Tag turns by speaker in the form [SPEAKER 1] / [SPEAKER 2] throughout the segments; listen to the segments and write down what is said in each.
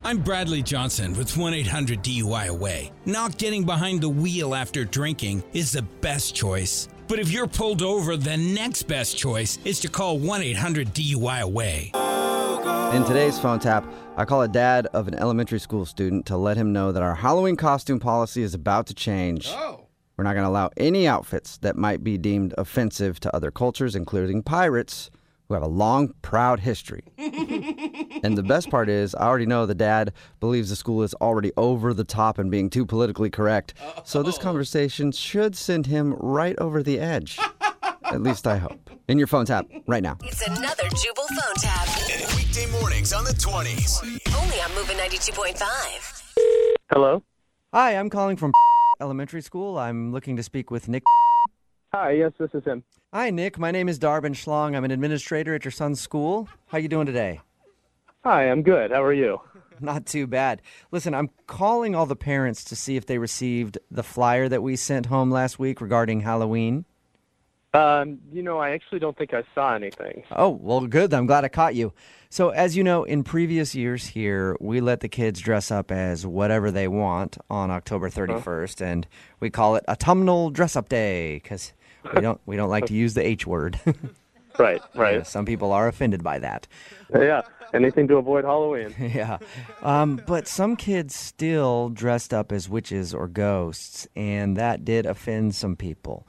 [SPEAKER 1] I'm Bradley Johnson with 1 800 DUI Away. Not getting behind the wheel after drinking is the best choice. But if you're pulled over, the next best choice is to call 1 800 DUI Away.
[SPEAKER 2] In today's phone tap, I call a dad of an elementary school student to let him know that our Halloween costume policy is about to change.
[SPEAKER 3] Oh.
[SPEAKER 2] We're not going to allow any outfits that might be deemed offensive to other cultures, including pirates who have a long, proud history. and the best part is, I already know the dad believes the school is already over the top and being too politically correct. So this conversation should send him right over the edge. At least I hope. In your phone tap right now.
[SPEAKER 4] It's another Jubal phone tab.
[SPEAKER 5] Weekday mornings on the 20s.
[SPEAKER 4] Only on Moving 92.5.
[SPEAKER 6] Hello.
[SPEAKER 2] Hi, I'm calling from elementary school. I'm looking to speak with Nick.
[SPEAKER 6] Hi. Yes, this is him.
[SPEAKER 2] Hi, Nick. My name is Darvin Schlong. I'm an administrator at your son's school. How you doing today?
[SPEAKER 6] Hi. I'm good. How are you?
[SPEAKER 2] Not too bad. Listen, I'm calling all the parents to see if they received the flyer that we sent home last week regarding Halloween.
[SPEAKER 6] Um, you know, I actually don't think I saw anything.
[SPEAKER 2] Oh, well, good. I'm glad I caught you. So, as you know, in previous years here, we let the kids dress up as whatever they want on October 31st, and we call it Autumnal Dress Up Day because we don't we don't like to use the H word.
[SPEAKER 6] Right. Right.
[SPEAKER 2] Some people are offended by that.
[SPEAKER 6] Yeah. Anything to avoid Halloween.
[SPEAKER 2] Yeah. Um, but some kids still dressed up as witches or ghosts, and that did offend some people.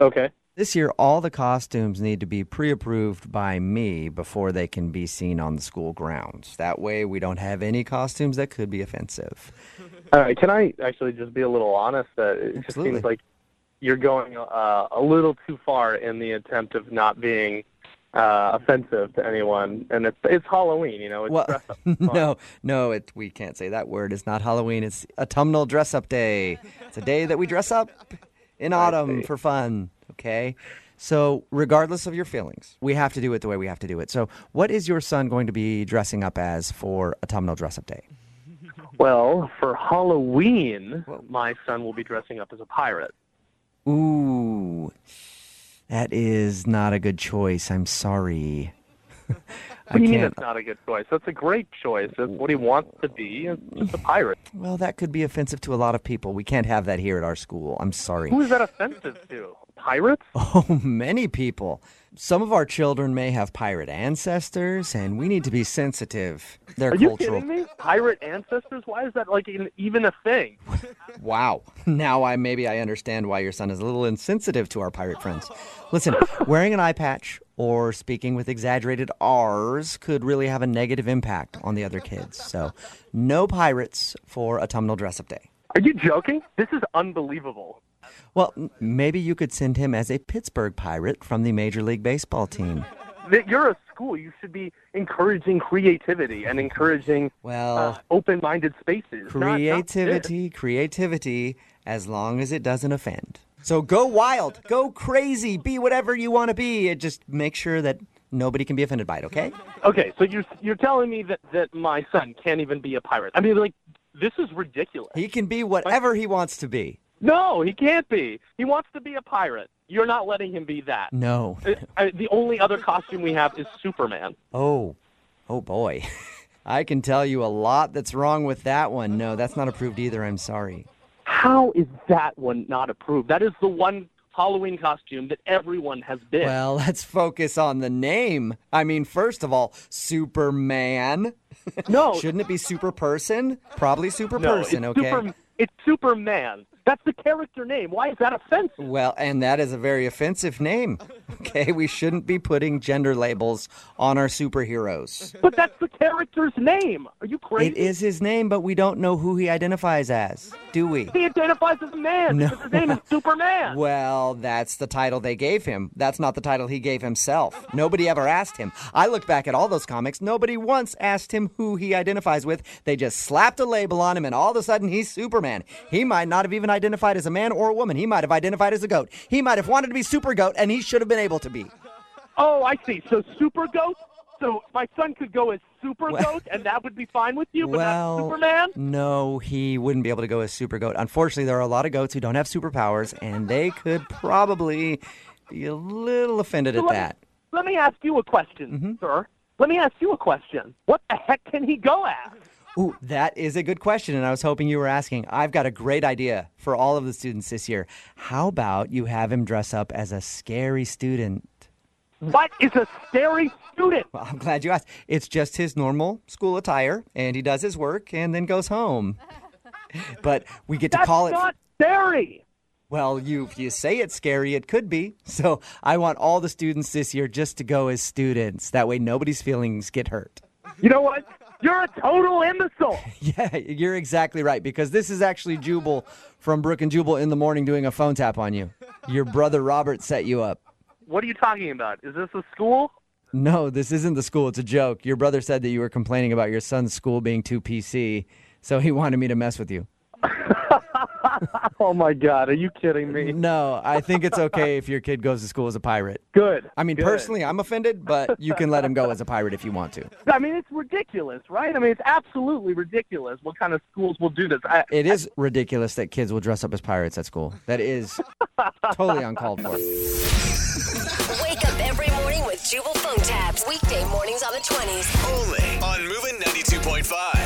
[SPEAKER 6] Okay.
[SPEAKER 2] This year, all the costumes need to be pre approved by me before they can be seen on the school grounds. That way, we don't have any costumes that could be offensive.
[SPEAKER 6] All right. Can I actually just be a little honest? That it just
[SPEAKER 2] Absolutely.
[SPEAKER 6] seems like you're going uh, a little too far in the attempt of not being uh, offensive to anyone, and it's it's Halloween. You know, it's
[SPEAKER 2] Well,
[SPEAKER 6] dress up.
[SPEAKER 2] no, no, it, we can't say that word. It's not Halloween, it's Autumnal Dress Up Day. It's a day that we dress up in autumn for fun, okay? So, regardless of your feelings, we have to do it the way we have to do it. So, what is your son going to be dressing up as for Autumnal Dress Up Day?
[SPEAKER 6] Well, for Halloween, my son will be dressing up as a pirate.
[SPEAKER 2] Ooh, that is not a good choice. I'm sorry. I
[SPEAKER 6] What do you mean
[SPEAKER 2] can't-
[SPEAKER 6] that's not a good choice? That's a great choice. That's what he wants to be. It's just a pirate.
[SPEAKER 2] Well, that could be offensive to a lot of people. We can't have that here at our school. I'm sorry.
[SPEAKER 6] Who is that offensive to? Pirates?
[SPEAKER 2] Oh, many people. Some of our children may have pirate ancestors, and we need to be sensitive. Their
[SPEAKER 6] Are you
[SPEAKER 2] cultural.
[SPEAKER 6] kidding me? Pirate ancestors? Why is that like an, even a thing?
[SPEAKER 2] Wow. Now I maybe I understand why your son is a little insensitive to our pirate friends. Listen, wearing an eye patch or speaking with exaggerated R's could really have a negative impact on the other kids. So, no pirates for autumnal dress up day.
[SPEAKER 6] Are you joking? This is unbelievable.
[SPEAKER 2] Well, m- maybe you could send him as a Pittsburgh pirate from the Major League Baseball team.
[SPEAKER 6] That You're a school. You should be encouraging creativity and encouraging
[SPEAKER 2] Well,
[SPEAKER 6] uh, open-minded spaces. not- not this.
[SPEAKER 2] creativity, creativity, as long as it doesn't offend. So go wild, go crazy, be whatever you want to be. and Just make sure that nobody can be offended by it, okay?
[SPEAKER 6] Okay, so you're you're telling me that that my son can't even be a pirate? I mean, like this is ridiculous.
[SPEAKER 2] He can be whatever he wants to be.
[SPEAKER 6] No, he can't be. He wants to be a pirate. You're not letting him be that.
[SPEAKER 2] No.
[SPEAKER 6] Uh, I, the only other costume we have is Superman.
[SPEAKER 2] Oh, oh boy. I can tell you a lot that's wrong with that one. No, that's not approved either. I'm sorry.
[SPEAKER 6] How is that one not approved? That is the one Halloween costume that everyone has been.
[SPEAKER 2] Well, let's focus on the name. I mean, first of all, Superman.
[SPEAKER 6] no,
[SPEAKER 2] Shouldn't it be Super Person? Probably Super
[SPEAKER 6] no,
[SPEAKER 2] Person,
[SPEAKER 6] it's
[SPEAKER 2] okay?
[SPEAKER 6] Super, it's Superman. That's the character name. Why is that offensive?
[SPEAKER 2] Well, and that is a very offensive name. Okay, we shouldn't be putting gender labels on our superheroes.
[SPEAKER 6] But that's the character's name. Are you crazy?
[SPEAKER 2] It is his name, but we don't know who he identifies as, do we?
[SPEAKER 6] He identifies as a man
[SPEAKER 2] No.
[SPEAKER 6] because his name is Superman.
[SPEAKER 2] Well, that's the title they gave him. That's not the title he gave himself. Nobody ever asked him. I look back at all those comics. Nobody once asked him who he identifies with. They just slapped a label on him, and all of a sudden, he's Superman. He might not have even identified as a man or a woman. He might have identified as a goat. He might have wanted to be Super Goat, and he should have been able to be.
[SPEAKER 6] Oh, I see. So Super Goat. So my son could go as Super
[SPEAKER 2] Well-
[SPEAKER 6] Goat, and that would be fine with you, but
[SPEAKER 2] well,
[SPEAKER 6] not Superman.
[SPEAKER 2] No, he wouldn't be able to go as super goat. Unfortunately, there are a lot of goats who don't have superpowers, and they could probably be a little offended at
[SPEAKER 6] let me-
[SPEAKER 2] that. Mm-hmm.
[SPEAKER 6] Let me ask you a question, sir. Let me ask you a question. What the heck can he go as?
[SPEAKER 2] Ooh, that is a good question, and I was hoping you were asking. I've got a great idea for all of the students this year. How about you have him dress up as a scary student?
[SPEAKER 6] What is a scary student?
[SPEAKER 2] Well, I'm glad you asked. It's just his normal school attire, and he does his work and then goes home. But we get to
[SPEAKER 6] That's
[SPEAKER 2] call it.
[SPEAKER 6] not scary.
[SPEAKER 2] Well, you if you say it's scary, it could be. So I want all the students this year just to go as students. That way, nobody's feelings get hurt.
[SPEAKER 6] You know what? You're a total imbecile.
[SPEAKER 2] Yeah, you're exactly right because this is actually Jubal from Brook and Jubal in the morning doing a phone tap on you. Your brother Robert set you up.
[SPEAKER 6] What are you talking about? Is this a school?
[SPEAKER 2] No, this isn't the school. It's a joke. Your brother said that you were complaining about your son's school being too PC, so he wanted me to mess with you.
[SPEAKER 6] Oh my God, are you kidding me?
[SPEAKER 2] No, I think it's okay if your kid goes to school as a pirate.
[SPEAKER 6] Good.
[SPEAKER 2] I mean,
[SPEAKER 6] good.
[SPEAKER 2] personally, I'm offended, but you can let him go as a pirate if you want to.
[SPEAKER 6] I mean, it's ridiculous, right? I mean, it's absolutely ridiculous what kind of schools will do this. I,
[SPEAKER 2] It is ridiculous that kids will dress up as pirates at school. That is totally uncalled for.
[SPEAKER 4] Wake up every morning with Jubal phone tabs. Weekday mornings on the 20s.
[SPEAKER 5] Only on Moving 92.5.